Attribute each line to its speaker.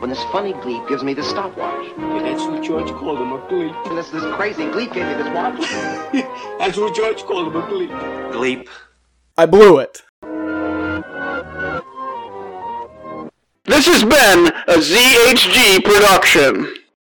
Speaker 1: when this funny gleep gives me this stopwatch.
Speaker 2: Yeah, that's what George called him, a gleep.
Speaker 1: And this, this crazy gleep gave me this watch.
Speaker 2: That's what George called him, a gleep.
Speaker 3: Gleep.
Speaker 4: I blew it.
Speaker 5: This has been a ZHG production.